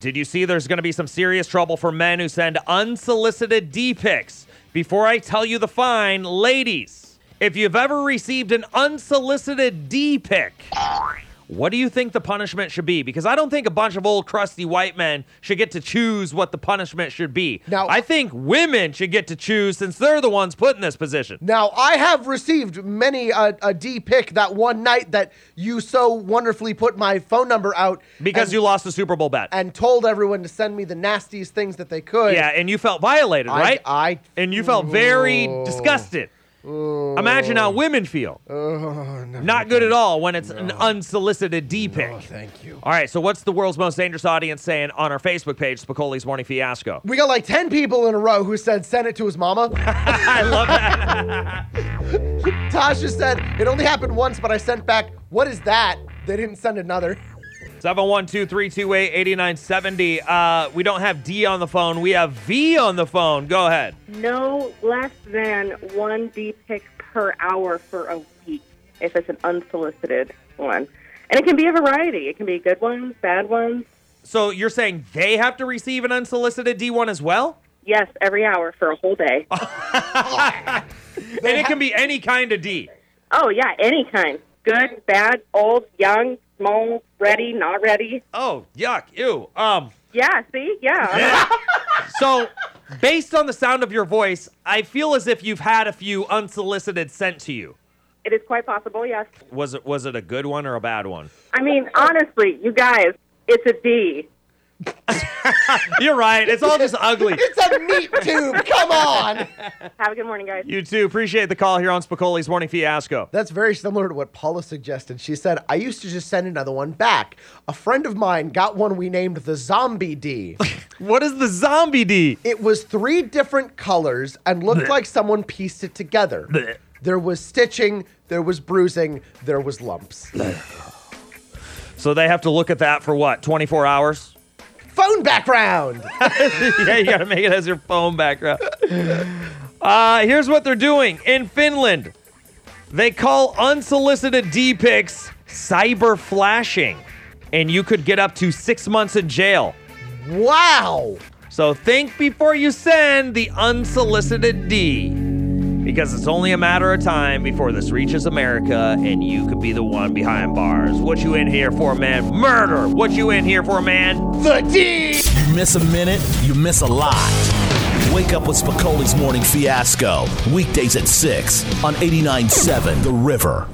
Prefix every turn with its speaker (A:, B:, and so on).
A: Did you see there's going to be some serious trouble for men who send unsolicited D pics? Before I tell you the fine, ladies, if you've ever received an unsolicited D pic, what do you think the punishment should be? Because I don't think a bunch of old crusty white men should get to choose what the punishment should be.
B: Now-
A: I think women should get to choose since they're the ones put in this position.
B: Now, I have received many a, a D pick that one night that you so wonderfully put my phone number out
A: Because
B: and,
A: you lost the Super Bowl bet.
B: and told everyone to send me the nastiest things that they could.
A: yeah, and you felt violated,
B: I-
A: right?
B: I-
A: and you felt very disgusted. Imagine how women feel. Not good at all when it's an unsolicited D pic.
B: Oh, Thank you.
A: all right, so what's the world's most dangerous audience saying on our Facebook page, Spicoli's Morning Fiasco?
B: We got like 10 people in a row who said send it to his mama.
A: I love that.
B: Tasha said it only happened once, but I sent back, what is that? They didn't send another.
A: 712-328-8970. Uh, we don't have D on the phone. We have V on the phone. Go ahead.
C: No less than one D pick per hour for a week if it's an unsolicited one. And it can be a variety. It can be good ones, bad ones.
A: So you're saying they have to receive an unsolicited D1 as well?
C: Yes, every hour for a whole day.
A: and it can be any kind of D.
C: Oh, yeah, any kind. Good, bad, old, young, small, ready, not ready.
A: Oh, yuck. Ew. Um,
C: Yeah, see? Yeah.
A: so based on the sound of your voice, I feel as if you've had a few unsolicited sent to you.
C: It is quite possible, yes.
A: Was it was it a good one or a bad one?
C: I mean, honestly, you guys, it's a D.
A: You're right. It's all just ugly.
B: It's a meat tube. Come on.
C: Have a good morning, guys.
A: You too. Appreciate the call here on Spicoli's Morning Fiasco.
B: That's very similar to what Paula suggested. She said, I used to just send another one back. A friend of mine got one we named the Zombie D.
A: What is the zombie D?
B: It was three different colors and looked like someone pieced it together. There was stitching, there was bruising, there was lumps.
A: So they have to look at that for what, 24 hours?
B: Phone background.
A: yeah, you gotta make it as your phone background. Uh, here's what they're doing in Finland they call unsolicited D pics cyber flashing, and you could get up to six months in jail.
B: wow.
A: So think before you send the unsolicited D. Because it's only a matter of time before this reaches America and you could be the one behind bars. What you in here for, man? Murder! What you in here for, man?
B: The D.
D: You miss a minute, you miss a lot. Wake up with Spicoli's Morning Fiasco, weekdays at 6 on 89.7 The River.